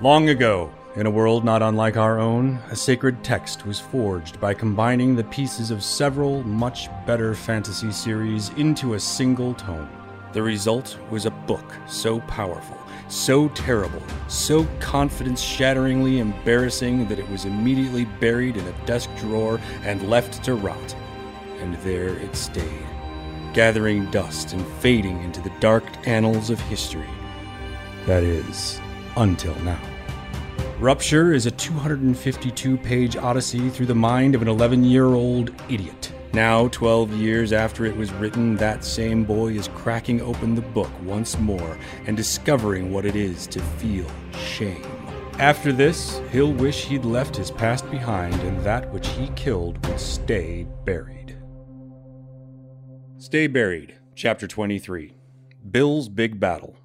Long ago, in a world not unlike our own, a sacred text was forged by combining the pieces of several much better fantasy series into a single tome. The result was a book so powerful, so terrible, so confidence shatteringly embarrassing that it was immediately buried in a desk drawer and left to rot. And there it stayed, gathering dust and fading into the dark annals of history. That is, until now. Rupture is a 252 page odyssey through the mind of an 11 year old idiot. Now, 12 years after it was written, that same boy is cracking open the book once more and discovering what it is to feel shame. After this, he'll wish he'd left his past behind and that which he killed would stay buried. Stay Buried, Chapter 23 Bill's Big Battle.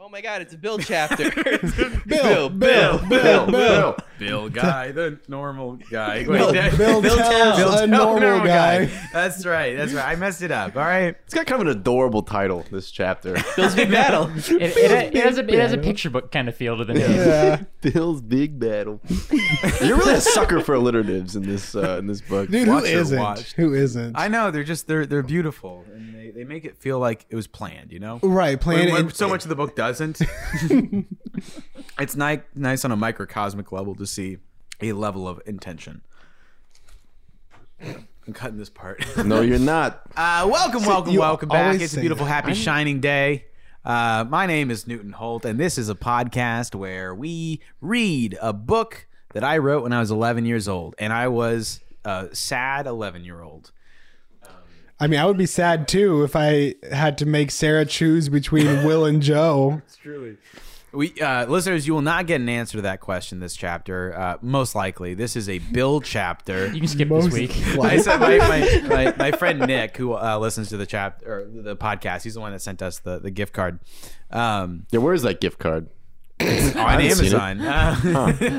Oh my god, it's a Bill chapter. Bill, Bill, Bill, Bill. Bill guy, the normal guy. Bill, that- Bill, Tell, a Tell, normal, guy. That's right. That's right. I messed it up. All right. It's got kind of an adorable title, this chapter. Bill's big battle. It, it, it, has a, it has a Yeah. picture book kind of feel to the name. Yeah, Bill's Big Battle. You're really a sucker for alliteratives in this uh, in this book. dude, who Watched or isn't? watched. Who isn't? Oh. I know they're just they're they're beautiful and they, they make it feel like it was planned. You know. right, playing Where- where it. so much of the book doesn't. it's nice nice on a microcosmic level to see a level of intention. I'm cutting this part. No, you're not. Uh, welcome, welcome, you welcome back. always It's a say beautiful, that. happy, shining day. Uh, my name is Newton Holt, and this is a podcast where we read a book that I wrote when I was 11 years old, and I was a sad 11 year old. I mean, I would be sad too if I had to make Sarah choose between Will and Joe. We uh, listeners, you will not get an answer to that question this chapter. Uh, most likely, this is a Bill chapter. You can skip Most this week. I said my, my, my, my friend Nick, who uh, listens to the chapter or the podcast, he's the one that sent us the, the gift card um, Yeah, where is that gift card? on haven't seen it. Amazon.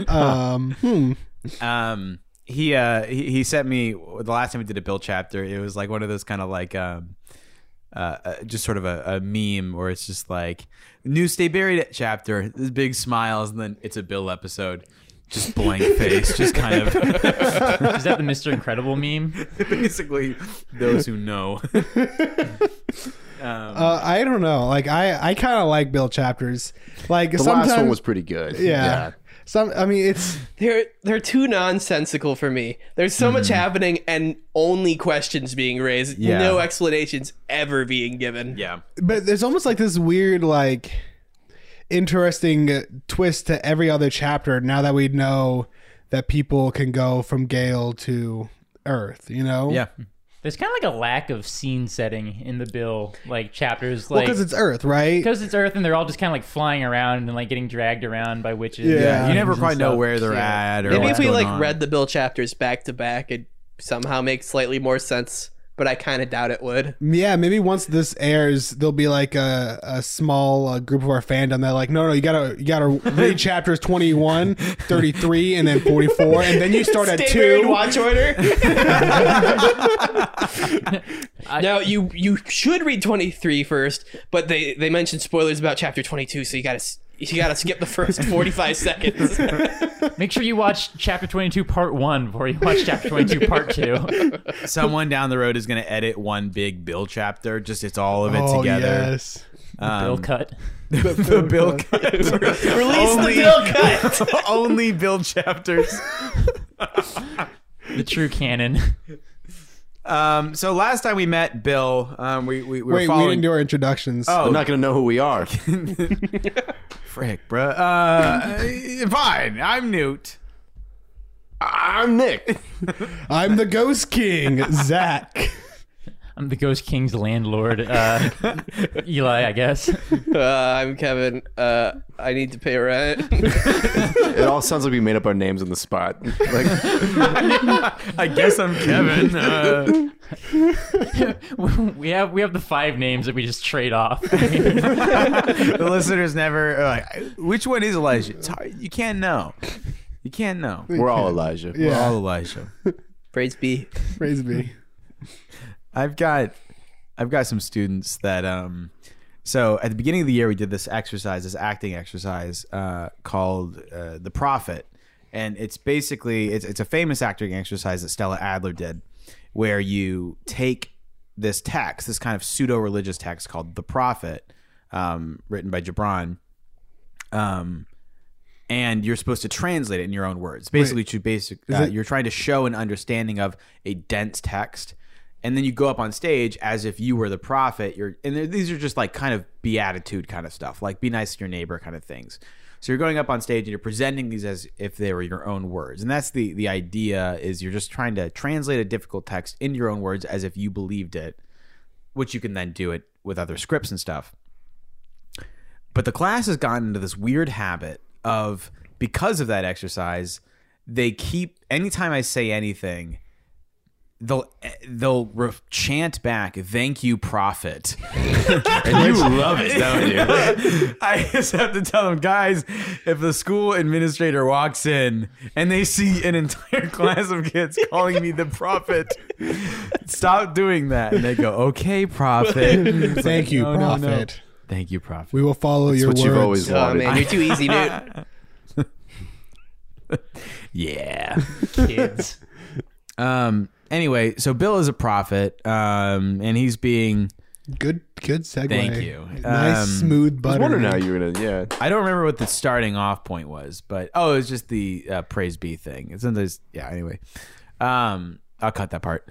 Uh, Um, hmm. um he uh he, he sent me the last time we did a bill chapter it was like one of those kind of like um uh, uh, just sort of a, a meme where it's just like new stay buried chapter this big smiles and then it's a bill episode just blank face just kind of Is that the Mr. Incredible meme? basically those who know Uh, I don't know. Like I, I kind of like Bill chapters. Like The sometimes, last one was pretty good. yeah. Some, I mean, it's They're they're too nonsensical for me. There's so much happening and only questions being raised, Mm-hmm. Yeah. no explanations ever being given. yeah but there's almost like this weird like interesting uh, twist to every other chapter now that we know that people can go from gale to earth you know yeah There's kind of like a lack of scene setting in the Bill like chapters, like because it's earth right because it's Earth and they're all just kind of like flying around and like getting dragged around by witches. Yeah. and Yeah, you things never and quite know stuff. where they're at or Maybe if what's we going like on. read the Bill chapters back to back, it somehow makes slightly more sense. But I kind of doubt it would. yeah maybe once this airs there'll be like a, a small uh, group of our fandom that like no no you gotta you gotta read chapters 21 33 and then 44 and then you start at Stay buried, two watch order. now you you should read 23 first, but they they mentioned spoilers about chapter 22, so you gotta s- you gotta skip the first 45 seconds. Make sure you watch chapter 22 part 1 before you watch chapter 22 part 2. someone down the road is going to edit one big bill chapter just it's all of it oh together yes Um, Bill cut. the bill Release Only- the Bill cut. only build chapters. The true canon. Um, so last time we met Bill, um, we, we, we were wait we following. didn't do our introductions oh, They're not going to know who we are. frick, bruh. Uh, fine. I'm Newt. I'm Nick. i'm the ghost king zach I'm the Ghost King's landlord, uh, Eli, I guess. Uh, I'm Kevin. Uh, I need to pay rent. It all sounds like we made up our names on the spot. Like, I guess I'm Kevin. Uh, we have we have the five names that we just trade off. the listeners never are like, which one is Elijah? It's hard. You can't know. You can't know. We're we're all Elijah. yeah all Elijah. Praise be. praise be I've got I've got some students that um So at the beginning of the year, we did this exercise, this acting exercise uh, called uh, The Prophet. And it's basically, it's, it's a famous acting exercise that Stella Adler did where you take this text, this kind of pseudo religious text called The Prophet, um, written by Gibran, um, and you're supposed to translate it in your own words. Basically, to basic, uh, you're trying to show an understanding of a dense text, and then you go up on stage as if you were the prophet. You're, and th- these are just like kind of beatitude kind of stuff, like be nice to your neighbor kind of things. So you're going up on stage and you're presenting these as if they were your own words, and that's the the idea is you're just trying to translate a difficult text into your own words as if you believed it, which you can then do it with other scripts and stuff. But the class has gotten into this weird habit of because of that exercise, they keep anytime I say anything, they'll they'll re- chant back, "Thank you, prophet." And you love it, don't you? I just have to tell them, guys, if the school administrator walks in and they see an entire class of kids calling me the prophet, stop doing that. And they go, "Okay, prophet." Thank you, No, no, Prophet. no. Thank you, prophet. We will follow your what words. you've always Oh wanted. man, you're too easy, dude. Yeah. kids. Um. Anyway, so Bill is a prophet, um, and he's being. Good, good segue. Thank you. Nice, Um, smooth I butter. was wondering how you were gonna. Yeah, I don't remember what the starting off point was, but oh, it was just the uh, praise be thing. It's sometimes, yeah. Anyway, um, I'll cut that part.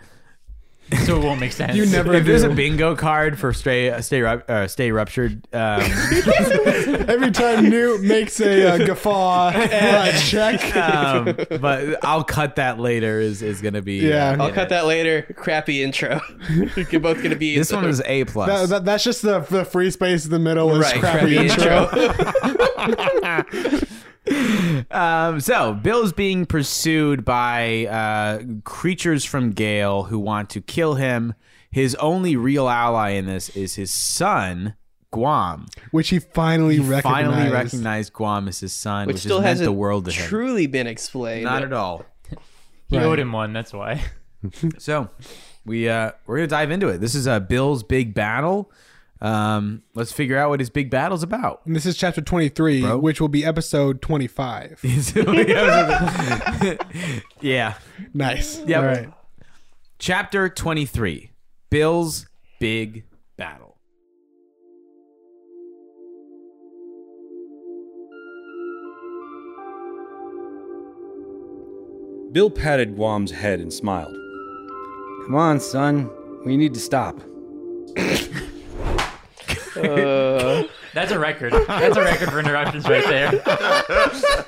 so it won't make sense. You never If there's a do. bingo card for stay, uh, stay, rup- uh, stay ruptured. Um, Every time Newt makes a uh, guffaw uh, check, um, but I'll cut that later. Is is gonna be uh, Yeah. in I'll I'll cut it. that later. Crappy intro. You're both gonna be This one is a plus. that, that, that's just the, the free space in the middle is right. crappy, Crappy intro. intro. Um, so Bill's being pursued by uh, creatures from Gale who want to kill him. His only real ally in this is his son, Guam. which he finally recognized. Finally recognized Guam as his son, which, Which still has meant hasn't the world to him. truly been explained. Not at all. He Right. owed him one. That's why. So we uh, we're gonna dive into it. This is uh, Bill's big battle. Um, let's figure out what his big battle's about. And this is chapter 23, Bro. which will be episode 25. yeah. nice. Yep. All right. Chapter 23 Bill's Big Battle. Bill patted Guam's head and smiled. Come on, son. We need to stop. That's a record. That's a record for interruptions right there. I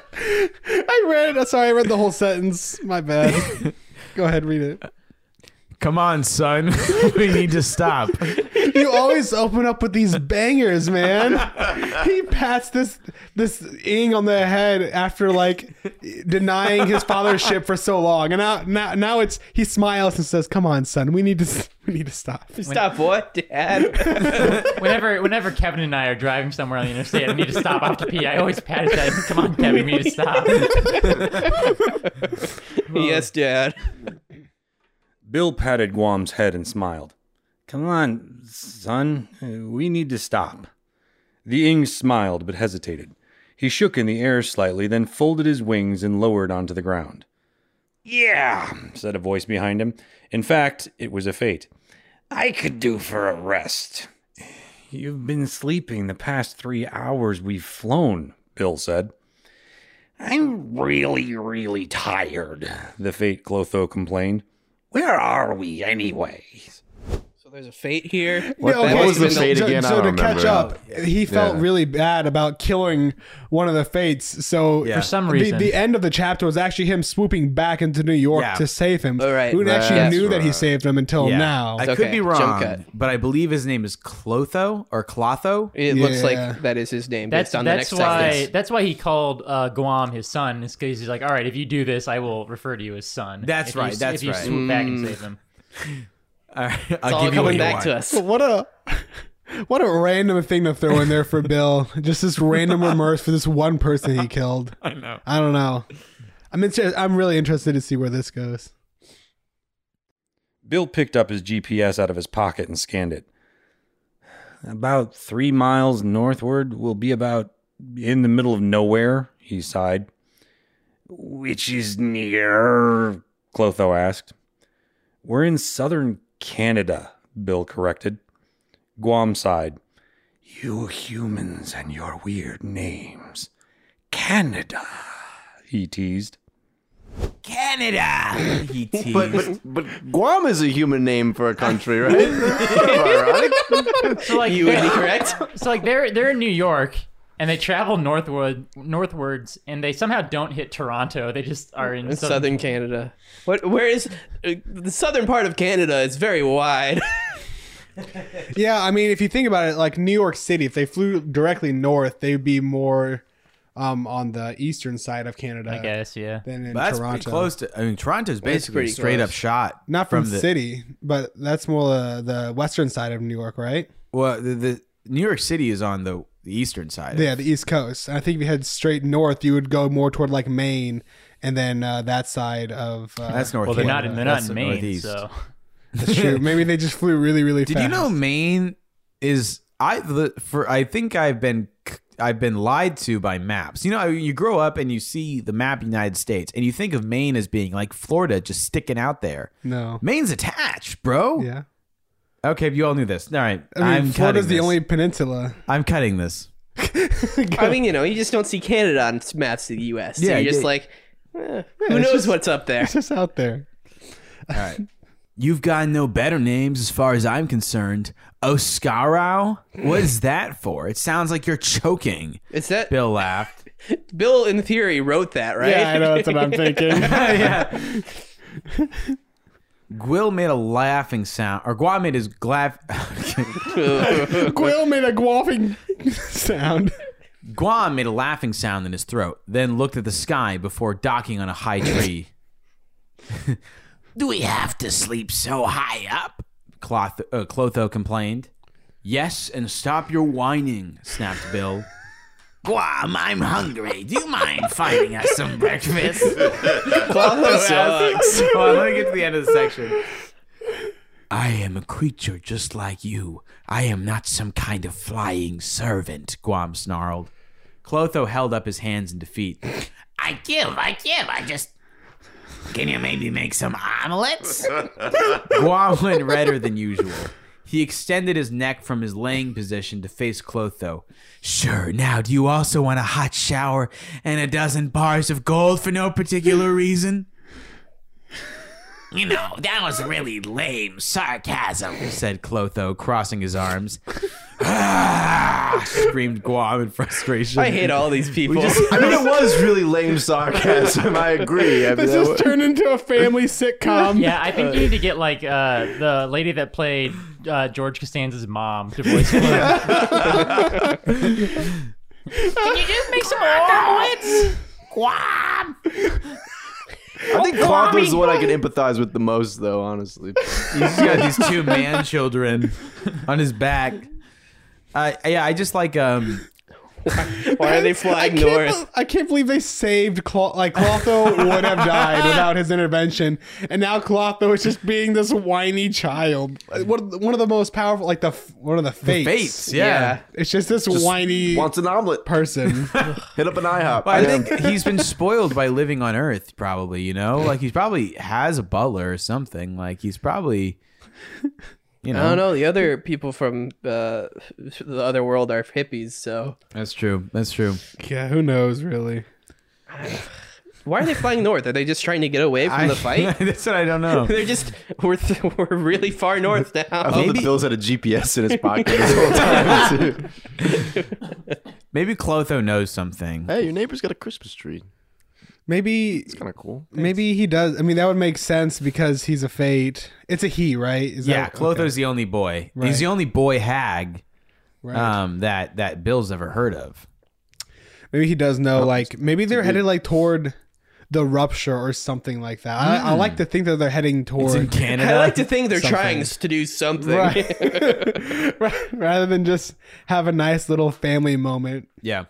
read it. Sorry, I read the whole sentence. My bad. Go ahead, read it. Come on, son. we need to stop. You always open up with these bangers, man. He pats this this ing on the head after like denying his fathership for so long, and now now, now it's he smiles and says, "Come on, son, we need to s- we need to stop." Stop what, Dad? Whenever, whenever Kevin and I are driving somewhere on the interstate, I need to stop off to pee. I always pat his head. Come on, Kevin, we need to stop. yes, Dad. Bill patted Guam's head and smiled. Come on, son. Uh, We need to stop. The Ing smiled but hesitated. He shook in the air slightly, then folded his wings and lowered onto the ground. Yeah, said a voice behind him. In fact, it was a fate. I could do for a rest. You've been sleeping the past three hours we've flown, Bill said. I'm really, really tired, the fate Clotho complained. Where are we, anyways? So there's a fate here. What, the- what was the fate so, again? I So to don't catch remember. up, he felt Yeah. really bad about killing one of the fates. So Yeah. For some the, reason. the end of the chapter was actually him swooping back into New York Yeah. to save him. All right, Who actually that's knew that he right. saved him until Yeah. now. I It's could okay. be Jump wrong, cut. but I believe his name is Clotho or Clotho. It looks Yeah. like that is his name That's based on that's the next why sentence. that's why he called uh, Guam his son. Is because he's like, all right, if you do this, I will refer to you as son. That's If you- right, if that's you right. swoop back and save him. All right, It's I'll all give you what coming you back want. to us. what a what a random thing to throw in there for Bill. Just this random remorse for this one person he killed. I know. I don't know. I'm inter- I'm really interested to see where this goes. Bill picked up his GPS out of his pocket and scanned it. About three miles northward will be about in the middle of nowhere, he sighed. Which is near, Clotho asked. We're in southern Canada, Bill corrected. Guam sighed. You humans and your weird names. Canada, he teased. Canada. He teased. But, but but Guam is a human name for a country, right? That's sort of ironic. So like You would be correct. So like they're they're in New York and they travel northward northwards and they somehow don't hit Toronto. They just are in It's southern. southern Canada. What? Where is uh, the southern part of Canada? Is very wide. Yeah, I mean, if you think about it, like New York City, if they flew directly north, they'd be more um, on the eastern side of Canada I guess yeah. than in But that's Toronto. pretty close to. I mean, Toronto's basically pretty straight up close. shot. Not from, the city, but that's more uh, the western side of New York, right? Well, the, the New York City is on the, the eastern side. Yeah, the East Coast. And I think if you head straight north, you would go more toward like Maine and then uh, that side of. Uh, that's north. Well, they're not Canada. in they're not That's in the Maine. northeast. So that's true. Maybe they just flew really, really Did fast. you know Maine is I the for I think I've been c- I've been lied to by maps. You know, you grow up and you see the map of the United States and you think of Maine as being like Florida just sticking out there. No. Maine's attached, bro. Yeah. Okay, you all knew this. All right. I mean, am Florida's cutting the this. only peninsula. I'm cutting this. I mean, you know, you just don't see Canada on maps of the U.S. So Yeah, you're just yeah. like, eh, who it's knows just- what's up there? It's just out there. You've got no better names as far as I'm concerned. Oscaro? What is that for? It sounds like you're choking. Is that Bill. Bill laughed. in theory wrote that right? Yeah, I know. That's what I'm thinking. yeah. Gwill made a laughing sound, or Gwa made his glaf. Quill made a guafing sound. Gwa made a laughing sound in his throat, then looked at the sky before docking on a high tree. Do we have to sleep so high up? Cloth- uh, Clotho complained. Yes, and stop your whining, snapped Bill. Guam, I'm hungry. Do you mind finding us some breakfast? Clotho sucks. Hold on, let me get to the end of the section. I am a creature just like you. I am not some kind of flying servant, Guam snarled. Clotho held up his hands in defeat. I give, I give, I just. Can you maybe make some omelets? Guam went redder than usual. He extended his neck from his laying position to face Clotho. Sure, now do you also want a hot shower and a dozen bars of gold for no particular reason? You know, that was really lame sarcasm, said Clotho, crossing his arms. ah, screamed Guam in frustration. I hate all these people. I mean, it was really lame sarcasm. I agree. I mean, This that has was- turned into a family sitcom. yeah, I think you need to get like uh, the lady that played uh, George Costanza's mom to voice. Clotho. I think Cloth was the one I could empathize with the most, though. Honestly, He's got these two man children on his back. Uh, yeah, I just like um. Why are they I flying can't, north? bel- I can't believe they saved Clo- like Clotho would have died without his intervention, and now Clotho is just being this whiny child. Uh, One of the, one of the most powerful, like the f- one of the fates. Fates, yeah. It's just this whiny wants an omelet. person. Hit up an IHOP. But I Yeah. think he's been spoiled by living on Earth, probably. You know, like he probably has a butler or something. Like he's probably, I you know, don't know. The other people from uh, the other world are hippies, so that's true. That's true. yeah, who knows really? why are they flying north? Are they just trying to get away from the fight? that's what I don't know. They're just we're th- we're really far north I now. love that Bill's had a GPS in his pocket this whole time. Too. Maybe Clotho knows something. Hey, your neighbor's got a Christmas tree. Maybe Kind of cool. maybe he does. I mean, that would make sense because he's a fate. It's a he, right? Is Yeah, that, Clotho's the only boy. Right. He's the only boy hag Right. um, that that Bill's ever heard of. Maybe he does know. Like maybe they're headed like toward the rupture or something like that. I, I like to think that they're heading Hmm. It's in toward Canada. I like to think they're Something. trying to do something. right, Ra- rather than just have a nice little family moment. yeah.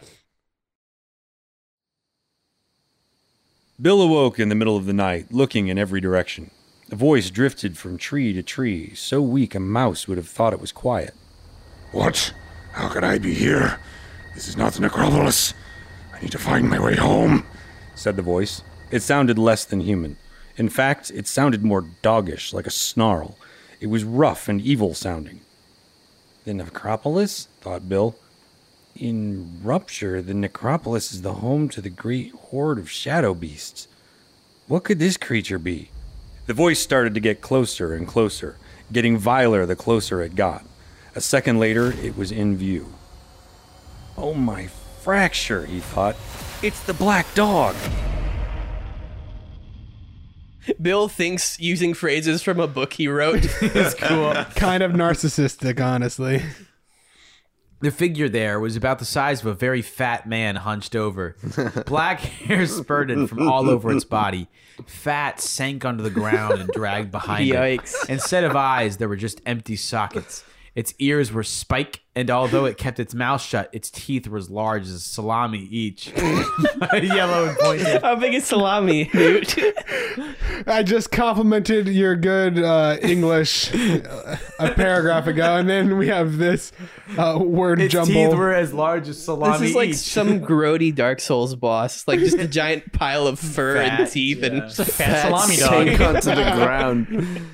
Bill awoke in the middle of the night, looking in every direction. A voice drifted from tree to tree, so weak a mouse would have thought it was quiet. What? How could I be here? This is not the necropolis. I need to find my way home. said the voice. It sounded less than human. In fact, it sounded more doggish, like a snarl. It was rough and evil sounding. The necropolis? thought Bill. In Rupture, the necropolis is the home to the great horde of shadow beasts. What could this creature be? The voice started to get closer and closer, getting viler the closer it got. A second later, it was in view. Oh my fracture, he thought. It's the black dog. Bill thinks using phrases from a book he wrote. kind of narcissistic, honestly. The figure there was about the size of a very fat man hunched over. Black hair spurted from all over its body. Fat sank onto the ground and dragged behind Yikes. it. Instead of eyes, there were just empty sockets. Its ears were spike, and although it kept its mouth shut, its teeth were as large as salami each. Yellow and pointed. How big is salami, dude? I just complimented your good uh, English uh, a paragraph ago, and then we have this uh, word Its jumble. teeth were as large as salami This is like each. some grody Dark Souls boss, like just a giant pile of fur and Fat, teeth and It's a fat salami dog. Sank onto the ground.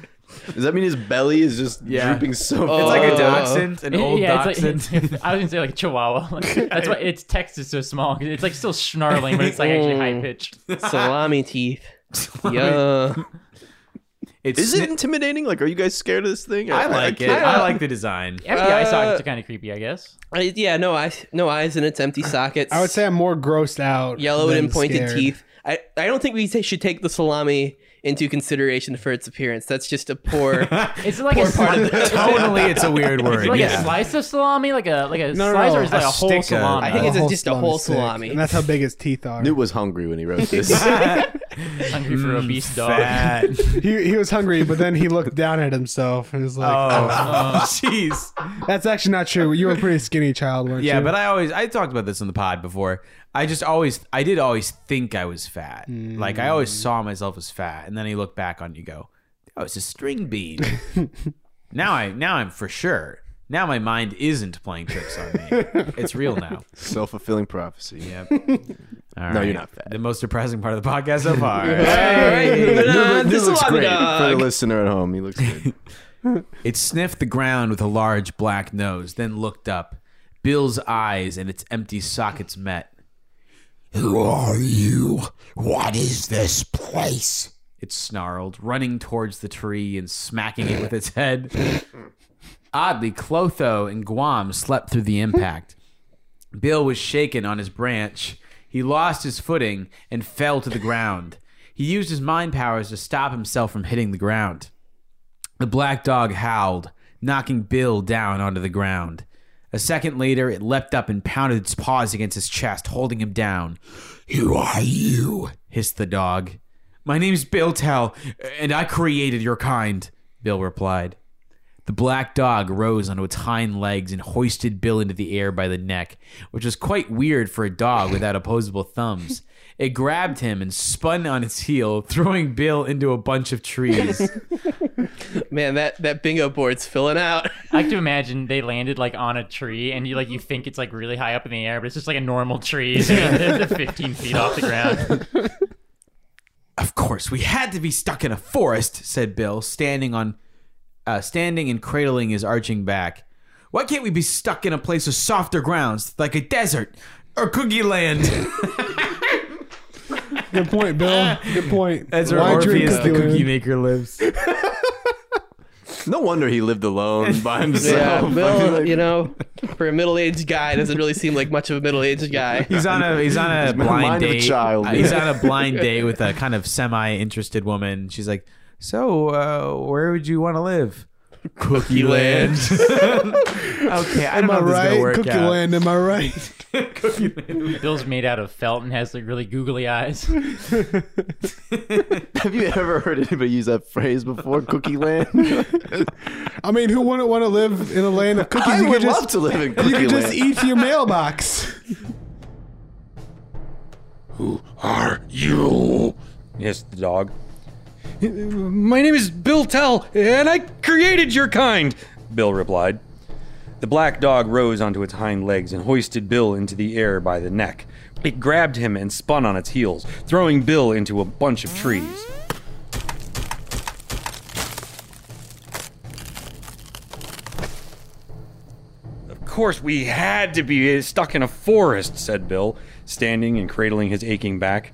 Does that mean his belly is just Yeah. drooping so it's like a Oh. dachshund, an old yeah, it's dachshund. like, I was gonna say like a chihuahua. Like, that's why its text is so small. 'cause It's like still snarling, but it's like actually high pitched. salami teeth. Yeah. It's Is it sni- intimidating? Like, are you guys scared of this thing? I like it. can't- I like the design. FBI Uh, sockets are kind of creepy, I guess. I- yeah, no eyes, no eyes, and its empty sockets. I would say I'm more grossed out. yellow than and pointed scared. teeth. I, I don't think we ta- should take the salami into consideration for its appearance. That's just a poor. It's like a part of sli- the- Totally, it's a weird word. It's like a yeah. slice of salami, like a like a No, no, slice, no, or is it like a a whole stick of- salami? I think A it's just a whole stick, salami. and that's how big his teeth are. Newt was hungry when he wrote this. hungry for a beast dog. Mm, Fat. He, he was hungry, but then he looked down at himself and was like, Oh, jeez. "That's actually not true. You were a pretty skinny child, weren't Yeah, you?" but I always I talked about this on the pod before. I just always I did always think I was fat. Like I always saw myself as fat, and then I look back on it, you go, "Oh, it's a string bean." now I now I'm for sure. Now my mind isn't playing tricks on me. it's real now. Self fulfilling prophecy. Yeah. All No, right. you're not fat. The most depressing part of the podcast so far. All right, moving on to Newt looks salami great for the dog. listener at home. He looks good. It sniffed the ground with a large black nose, then looked up. Bill's eyes and its empty sockets met. Who are you? What is this place? It snarled, running towards the tree and smacking it with its head. Oddly, Clotho and Guam slept through the impact. Bill was shaken on his branch. He lost his footing and fell to the ground. He used his mind powers to stop himself from hitting the ground. The black dog howled, knocking Bill down onto the ground. A second later, it leapt up and pounded its paws against his chest, holding him down Who are you? hissed the dog. My name's Bill Tell, and I created your kind, Bill replied. The black dog rose onto its hind legs and hoisted Bill into the air by the neck, which was quite weird for a dog without opposable thumbs. It grabbed him and spun on its heel, throwing Bill into a bunch of trees. Man, that, that bingo board's filling out. I like to imagine they landed like on a tree, and you like you think it's like really high up in the air, but it's just like a normal tree, so it's 15 feet off the ground. Of course, we had to be stuck in a forest, said Bill, standing on uh, standing and cradling his arching back. Why can't we be stuck in a place with softer grounds, like a desert or cookie land? good point, Bill. Good point. That's where Why drink Orpheus the cookie cookie land? maker lives. No wonder he lived alone by Yeah, himself. Bill, you know, for a middle aged guy, doesn't really seem like much of a middle aged guy. He's on a he's on a the blind mind of a date. child. Uh, he's on a blind date with a kind of semi interested woman. She's like, "So, uh, where would you want to live?" Cookie land." okay, I Am don't I know if this is gonna right? work Cookie out. land. Am I right? Bill's made out of felt and has like really googly eyes. Have you ever heard anybody use that phrase before? Cookie land. I mean, who wouldn't want to live in a land of cookies? I you would could just, love to live in cookie You could just land. eat your mailbox. Who are you? hissed the dog. My name is Bill Tell, and I created your kind, Bill replied. The black dog rose onto its hind legs and hoisted Bill into the air by the neck. It grabbed him and spun on its heels, throwing Bill into a bunch of trees. Of course, we had to be stuck in a forest, said Bill, standing and cradling his aching back.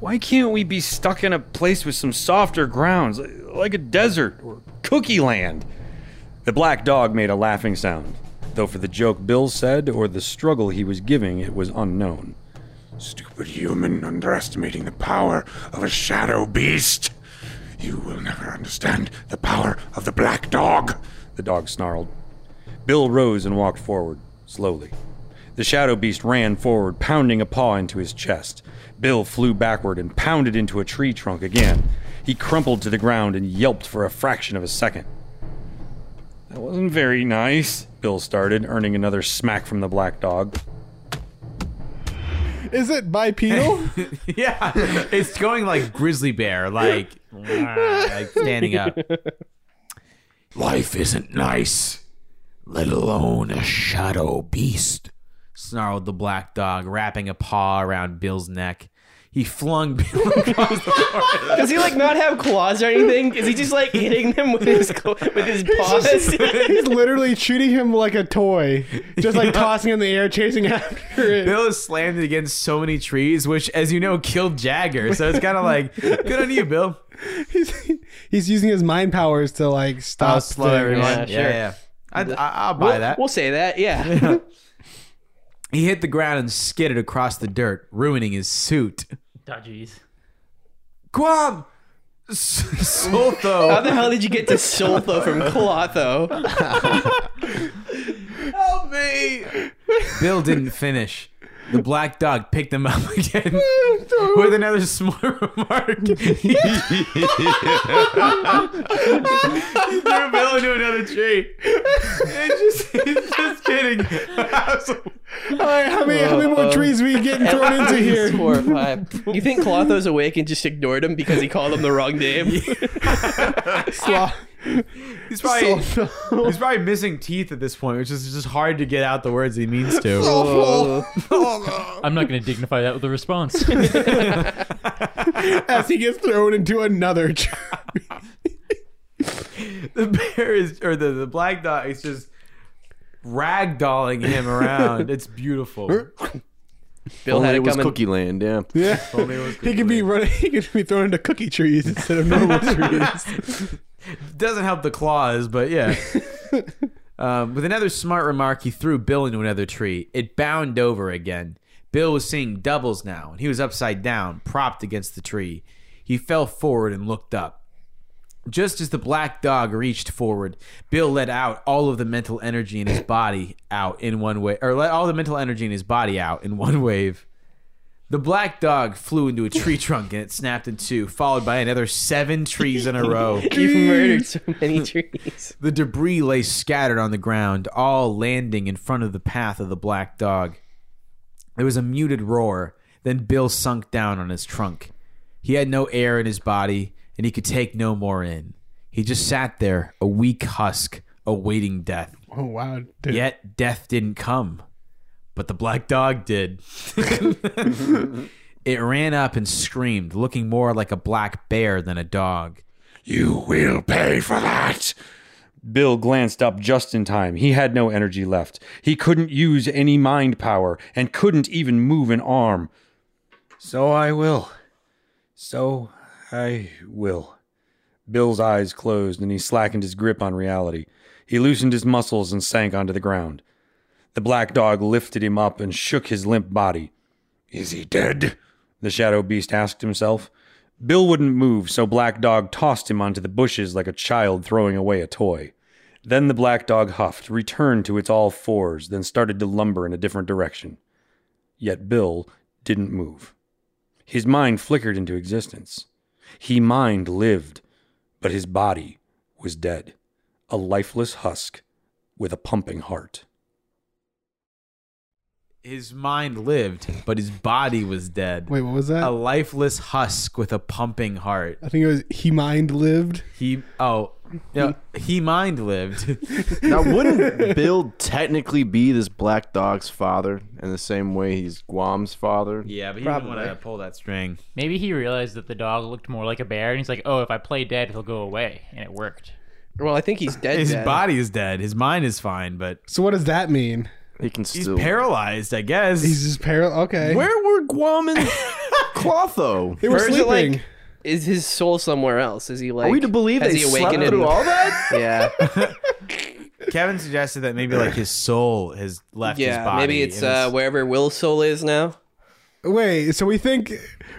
Why can't we be stuck in a place with some softer grounds, li- like a desert or cookie land? The black dog made a laughing sound, though for the joke Bill said or the struggle he was giving, it was unknown. Stupid human underestimating the power of a shadow beast. You will never understand the power of the black dog. The dog snarled. Bill rose and walked forward, slowly. The shadow beast ran forward, pounding a paw into his chest. Bill flew backward and pounded into a tree trunk again. He crumpled to the ground and yelped for a fraction of a second. That wasn't very nice, Bill started, earning another smack from the black dog. Is it bipedal? yeah, it's going like grizzly bear, like, like standing up. Life isn't nice, let alone a shadow beast. snarled the black dog, wrapping a paw around Bill's neck. He flung Bill across the floor. Does he like not have claws or anything? Is he just like hitting them with his cl- with his paws? He's literally treating him like a toy, just like tossing in the air, chasing after it. Bill is slammed against so many trees, which, as you know, killed Jagger. So it's kind of like, good on you, Bill. He's, he's using his mind powers to like stop. slow everyone. Yeah, Yeah, sure. yeah. I, I, I'll buy we'll, that. we'll say that. Yeah. He hit the ground and skidded across the dirt, ruining his suit. Dodgies. Guam! How Soltho! the hell did you get to Soltho from Clotho? Help me! Bill didn't finish. The black dog picked him up again with another smart remark. he threw Bill into another tree. It's just, it's just kidding. All right, how many, how many Uh, more trees we getting thrown into here? Four or five. You think Clotho's awake and just ignored him because he called him the wrong name? Sloth. he's, probably, he's probably missing teeth at this point, which is just hard to get out the words he means to. I'm not going to dignify that with a response. As he gets thrown into another tree. the bear is, or the, the black dog is just ragdolling him around. It's beautiful. Bill Only had it it was coming. Cookie Land, yeah. Yeah. He could be running. He could be thrown into cookie trees instead of normal trees. Doesn't help the claws, but yeah. um, with another smart remark, he threw Bill into another tree. It bounded over again. Bill was seeing doubles now, and he was upside down, propped against the tree. He fell forward and looked up. Just as the black dog reached forward, Bill let out all of the mental energy in his body out in one way, or let all the mental energy in his body out in one wave. The black dog flew into a tree trunk and it snapped in two, followed by another seven trees in a row. You've murdered so many trees. The debris lay scattered on the ground, all landing in front of the path of the black dog. There was a muted roar, then Bill sunk down on his trunk. He had no air in his body, and he could take no more in. He just sat there, a weak husk, awaiting death. Oh wow, dude. Yet death didn't come, but the black dog did. it ran up and screamed, looking more like a black bear than a dog. You will pay for that. Bill glanced up just in time. He had no energy left. He couldn't use any mind power and couldn't even move an arm. So I will. So I will. Bill's eyes closed and he slackened his grip on reality. He loosened his muscles and sank onto the ground. The black dog lifted him up and shook his limp body. Is he dead? The shadow beast asked himself. Bill wouldn't move, so Black Dog tossed him onto the bushes like a child throwing away a toy. Then the black dog huffed, returned to its all fours, then started to lumber in a different direction. Yet Bill didn't move. His mind flickered into existence. He mind lived, but his body was dead, a lifeless husk with a pumping heart. His mind lived, but his body was dead. Wait, what was that? A Oh. lifeless husk with a pumping heart. I think it was he mind lived. He oh, no, he mind lived. Now, wouldn't Bill technically be this black dog's father in the same way he's Guam's father? yeah, but he didn't want to pull that string. Maybe he realized that the dog looked more like a bear, and he's like, "Oh, if I play dead, he'll go away," and it worked. Well, I think he's dead. His dead. body is dead. His mind is fine, but So what does that mean? He can he's still. paralyzed. I guess. He's just parallel. Okay, Where were Guam and Clotho? they were Or is it sleeping. like? Is his soul somewhere else? Is he like? Are we to believe has they he slept awakened through and- all that? Yeah, Kevin suggested that maybe like his soul has left his yeah. body. Maybe it's and uh, wherever Will's soul is now. Wait, so we think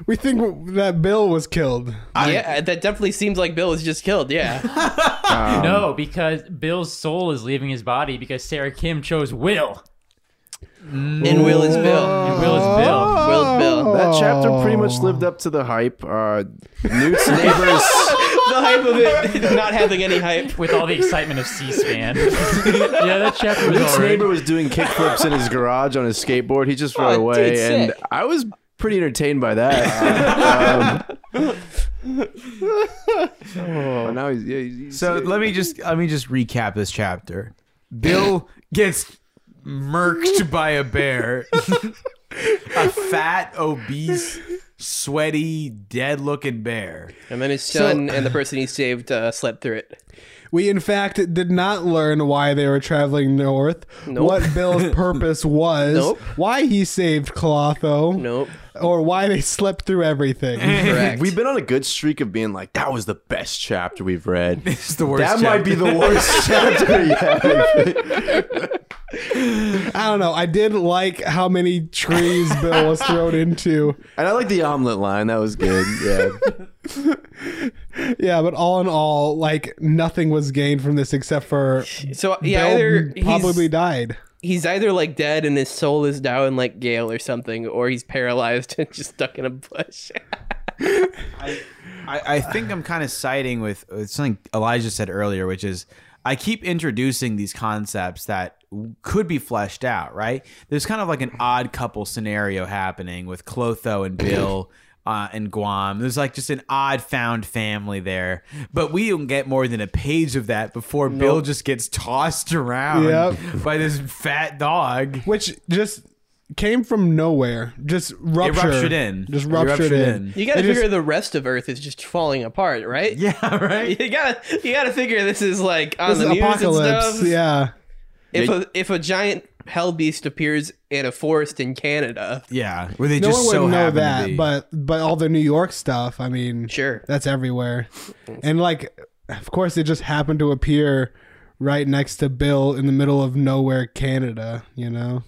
we think that Bill was killed. yeah, uh, that definitely seems like Bill was just killed. Yeah, Um, no, because Bill's soul is leaving his body because Sarah Kim chose Will, and Will is Bill. and Will is Bill. Will's Bill. That chapter pretty much lived up to the hype. Uh, Newt's neighbors. The hype of it not having any hype. with all the excitement of C-SPAN. yeah, that chapter was Newt's alright. neighbor was doing kickflips in his garage on his skateboard. He just Oh, ran dude, away, and sick. I was pretty entertained by that. um, but now he's, yeah, he's, he's- So let me just let me just recap this chapter. Bill gets murked by a bear. a fat, obese, sweaty, dead-looking bear. And then his son and the person he saved uh, slept through it. We in fact did not learn why they were traveling north, what Bill's purpose was, Nope. why he saved Clotho, Nope. or why they slept through everything. Correct. We've been on a good streak of being like, that was the best chapter we've read. It's the worst. that might be chapter. the worst chapter yet. I don't know. I did like how many trees Bill was thrown into. And I like the omelet line. That was good. Yeah. Yeah, but all in all, like nothing was gained from this except for So yeah, Bill either he's, probably died. he's either like dead and his soul is now in like Gale or something, or he's paralyzed and just stuck in a bush. I, I think I'm kind of siding with, with something Elijah said earlier, which is I keep introducing these concepts that w- could be fleshed out, right? There's kind of like an odd couple scenario happening with Clotho and Bill. Uh, and Guam, there's like just an odd found family there, but we don't get more than a page of that before Bill just gets tossed around Yep. by this fat dog. which just came from nowhere. Just ruptured, ruptured in. Just It ruptured, ruptured in. in. You gotta It just- figure the rest of Earth is just falling apart, right? Yeah, right. You gotta you gotta figure this is like on This the is news and apocalypse. stuff. Yeah. If a if a giant hell beast appears in a forest in Canada, Yeah, where they No just one so would know happen to be. that, but but all the New York stuff, I mean, Sure. that's everywhere. And like, of course, it just happened to appear right next to Bill in the middle of nowhere, Canada. You know,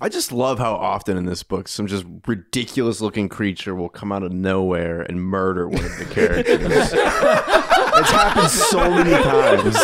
I just love how often in this book some just ridiculous looking creature will come out of nowhere and murder one of the characters. it's happened so many times.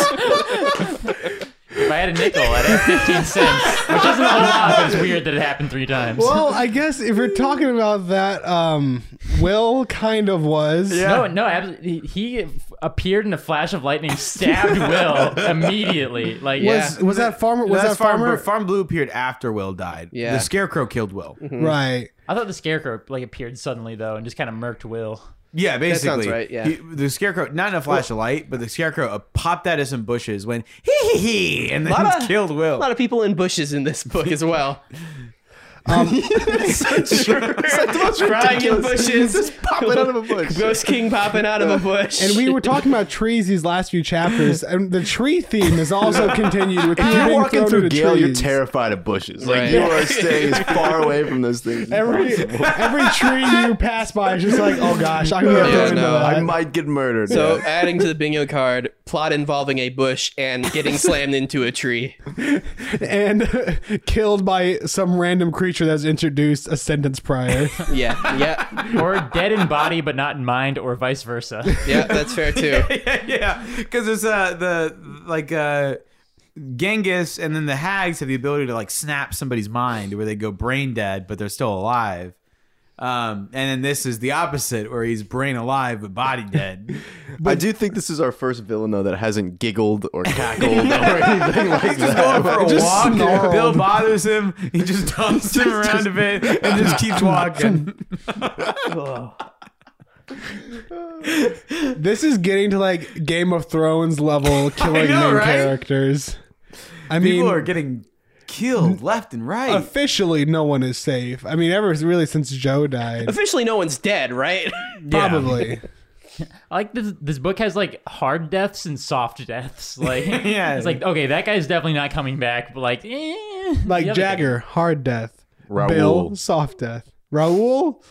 If I had a nickel, I'd have 15 cents, which isn't a lot, but it's weird that it happened three times. well, I guess if you're talking about that, um, Will kind of was. No, no, absolutely. He appeared in a flash of lightning, stabbed Will immediately. Like, Was, was that farmer? Was That's that Farm, farmer? Farm Blue appeared after Will died. Yeah. The Scarecrow killed Will. Right. I thought the scarecrow like appeared suddenly though, and just kind of murked Will. Yeah, basically. sounds right, yeah. He- the Scarecrow, not in a flash of light, but the Scarecrow uh, popped out of some bushes, went hee hee hee, and then Lotta- killed Will. a lot of people in bushes in this book as well. Crying in bushes, Popping out of a bush. Ghost King popping out of a bush. And we were talking about trees these last few chapters, and the tree theme is also continued with you You're being walking thrown through into Gale, you're trees. terrified of bushes. Like Right. you are staying as far away from those things. as Every possible. every tree you pass by is just like, oh gosh, I'm gonna get Yeah, thrown into no, that. I might get murdered. So yeah. adding to the bingo card, plot involving a bush and getting slammed into a tree. and killed by some random creature that was introduced a sentence prior. Yeah, yeah, Or dead in body but not in mind, or vice versa. yeah. That's fair too. yeah, because it's uh, the, like, uh, Genghis and then the hags have the ability to like snap somebody's mind where they go brain dead, but they're still alive. Um, and then this is the opposite, where he's brain alive but body dead. I do think this is our first villain though that hasn't giggled or cackled or anything like He's that. going for a Just walk. snarled. Bill bothers him. He just dumps him around a bit and just keeps walking. This is getting to like Game of Thrones level killing know, main right? characters. I mean, People are getting killed left and right. officially, no one is safe. I mean, ever really since Joe died, Officially, no one's dead, right? probably. I like this. This book has like hard deaths and soft deaths. Like, Yeah. it's like okay, that guy's definitely not coming back. But like, eh, Like the other guy- Jagger, hard death. Raoul. Bill, soft death. Raul,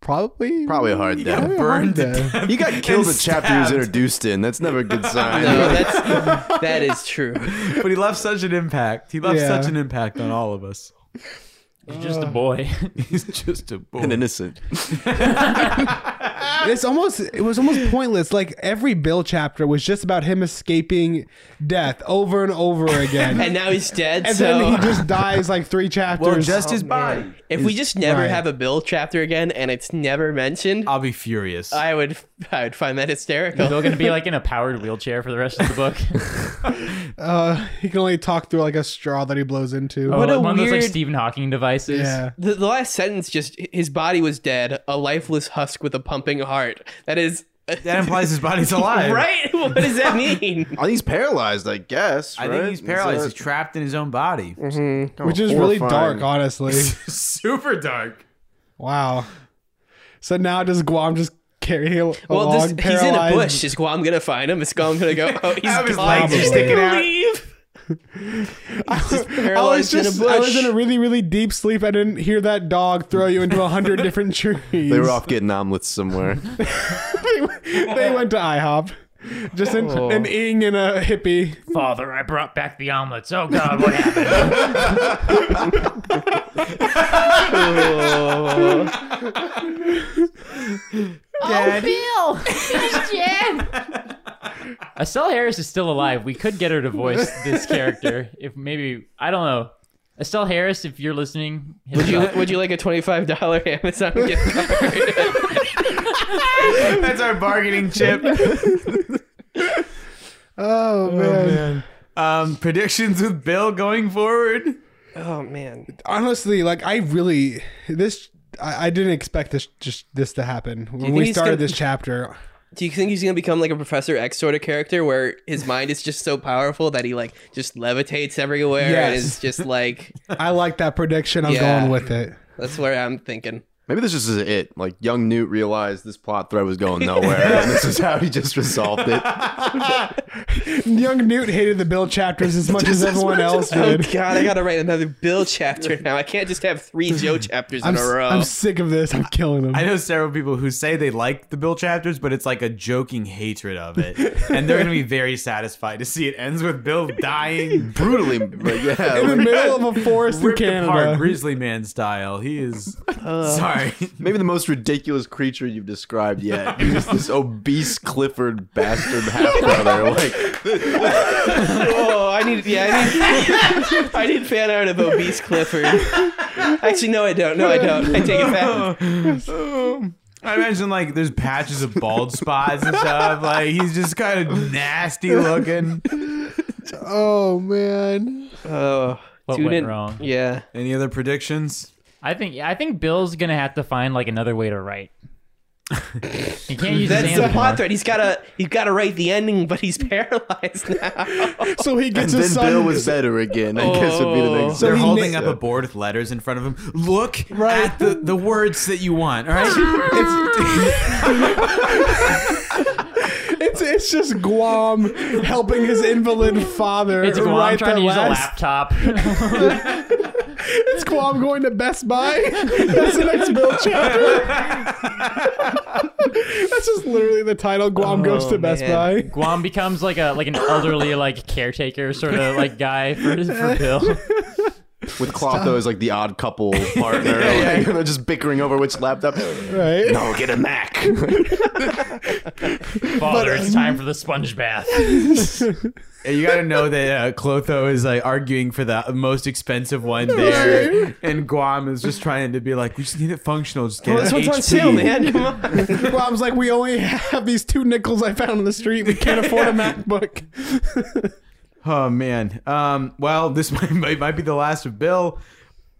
probably. Probably a hard death. burned to death. He got killed the And chapter he was stabbed. introduced in. That's never a good sign. No, that's that is true. but he left such an impact. He left Yeah. such an impact on all of us. He's just a boy. He's just a boy. An innocent. it's almost it was almost pointless. Like every Bill chapter was just about him escaping death over and over again. And now he's dead. And so then he just dies like three chapters. well, just his body. if we just never Right. have a Bill chapter again and it's never mentioned, I'll be furious. I would I would find that hysterical. Bill gonna be like in a powered wheelchair for the rest of the book. Uh, he can only talk through like a straw that he blows into. Oh, What a one of those weird- like Stephen Hawking devices. Yeah. The, the last sentence just his body was dead, a lifeless husk with a pumping heart. That is that implies his body's alive. right. What does that mean? Oh, he's paralyzed, I guess. I right? think he's Is paralyzed. that- He's trapped in his own body. Which is really horrifying. dark, honestly. Super dark. wow. So now does Guam just carry him Well, along this, he's in a paralyzed? bush. Is Guam gonna find him? Is Guam gonna go? Oh, he's Have his gone. legs are sticking out. Leave. He's just I was paralyzed just in a bush. I was in a really really deep sleep. I didn't hear that dog throw you into a hundred different trees. They were off getting omelets somewhere. they went to IHOP. Just an, Oh. an ing and a hippie. Father, I brought back the omelets. Oh God, what happened? Oh. Daddy. Estelle Harris is still alive. We could get her to voice this character. If maybe I don't know. Estelle Harris, if you're listening, hit Would us you, up. would you like a twenty-five dollar Amazon gift card? That's our bargaining chip. Oh man. Um, predictions with Bill going forward. oh man, Honestly, like I really this I, I didn't expect this just this to happen when think we he's started gonna- this chapter. do you think he's gonna become like a Professor X sort of character where his mind is just so powerful that he like just levitates everywhere and Yes. is just like I like that prediction. I'm Yeah. going with it. that's where I'm thinking. Maybe this just is it. Like young Newt realized this plot thread was going nowhere, and this is how he just resolved it. Young Newt hated the Bill chapters as much as everyone else Oh did. god, I gotta write another Bill chapter now. I can't just have three Joe chapters I'm, in a s- row. I'm sick of this. I'm killing him. I know several people who say they like the Bill chapters, but it's like a joking hatred of it, and they're gonna be very satisfied to see it ends with Bill dying Brutally, but yeah. in the like, middle of a forest in ripped apart, Canada. Uh. grizzly man style. He is sorry. maybe the most ridiculous creature you've described yet. He was this obese Clifford bastard half brother. Like Oh, I need yeah, I need I need fan art of obese Clifford. Actually, no, I don't. No, I don't. I take it back. I imagine like there's patches of bald spots and stuff. Like he's just kind of nasty looking. Oh man. Oh, What tune went in- wrong? Yeah, Any other predictions? I think I think Bill's gonna have to find like another way to write. he can't use that's his the hands plot anymore. thread. He's gotta he's gotta write the ending, but he's paralyzed now. So he gets then his son. Bill was better again. I guess would be the Oh. next. So They're he holding na- up a board with letters in front of him. Look Right. at the, the words that you want. All right. It's it's just Guam helping his invalid father It's Guam write trying the to use a last. laptop. It's Guam going to Best Buy. That's the next Bill chapter. That's just literally the title. Guam goes to Best man. Buy. Guam becomes like a like an elderly like caretaker sort of like guy for, for Bill. with Clotho as like the odd couple partner. like, they're just bickering over which laptop. Right? No, get a Mac. Father, it's time for the sponge bath. you got to know that uh, Clotho is like arguing for the most expensive one there, and Guam is just trying to be like, we just need it functional. Just get Well, this it one's on HP." sale, man. Come on. Well, I was like, we only have these two nickels I found on the street. We can't afford a MacBook. Oh man. Um, well, this might, might might be the last of Bill.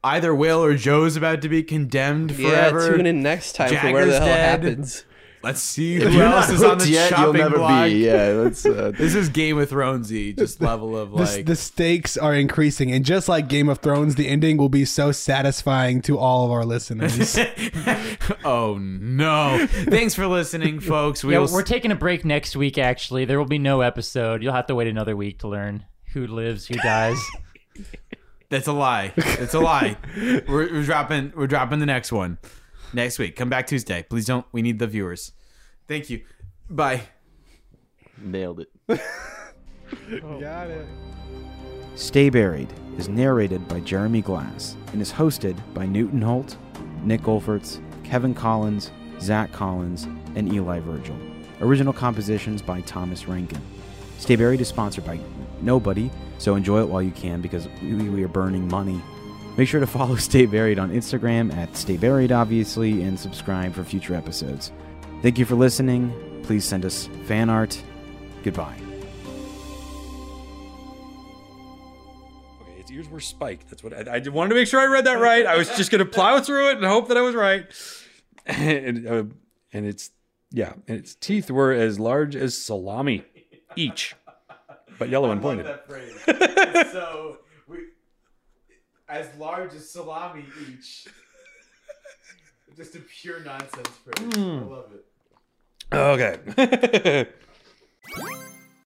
Either Will or Joe's about to be condemned forever. Yeah, tune in next time for where Jagger's the hell dead. it happens. Let's see who else is on the yet, chopping you'll never block. be. Yeah, that's uh, This is Game of Thronesy, just level of The- like the stakes are increasing, and just like Game of Thrones, the ending will be so satisfying to all of our listeners. oh no. Thanks for listening, folks. We Yeah, will we're taking a break next week. Actually, there will be no episode. You'll have to wait another week to learn who lives, who dies. That's a lie. That's a lie. we're, we're dropping. We're dropping the next one next week. Come back Tuesday, please. Don't. We need the viewers. Thank you. Bye. nailed it. Got it. Stay Buried is narrated by Jeremy Glass and is hosted by Newton Holt, Nick Olferts, Kevin Collins, Zach Collins, and Eli Virgil. Original compositions by Thomas Rankin. Stay Buried is sponsored by nobody, so enjoy it while you can because we, we are burning money. Make sure to follow Stay Buried on Instagram at Stay Buried, obviously, and subscribe for future episodes. Thank you for listening. Please send us fan art. Goodbye. Okay, its ears were spiked. That's what I, I wanted to make sure I read that right. I was just gonna plow through it and hope that I was right. And, uh, and its yeah, and its teeth were as large as salami, each, but yellow and pointed. phrase. so we, as large as salami each. Hmm. Just a pure nonsense phrase. I love it. Okay.